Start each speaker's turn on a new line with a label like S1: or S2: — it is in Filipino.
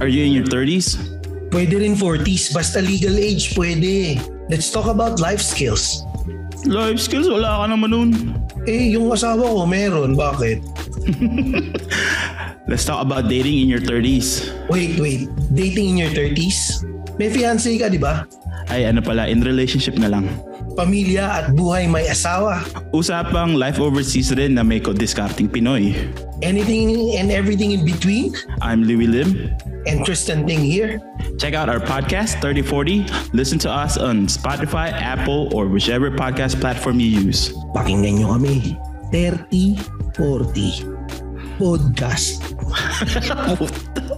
S1: Are you in your 30s?
S2: Pwede rin 40s, basta legal age pwede. Let's talk about life skills.
S1: Life skills, wala ka naman nun.
S2: Eh, yung asawa ko meron, bakit?
S1: Let's talk about dating in your 30s.
S2: Wait, wait. Dating in your 30s? May fiancé ka, di ba?
S1: Ay ano pala, in relationship na lang.
S2: Pamilya at buhay may asawa.
S1: Usapang life overseas rin na may discarding Pinoy.
S2: Anything and everything in between?
S1: I'm Louie Lim.
S2: And Tristan Ting here.
S1: Check out our podcast 3040. Listen to us on Spotify, Apple, or whichever podcast platform you use.
S2: Pakinggan nyo kami. 30, 40. Podcast.
S1: Puta.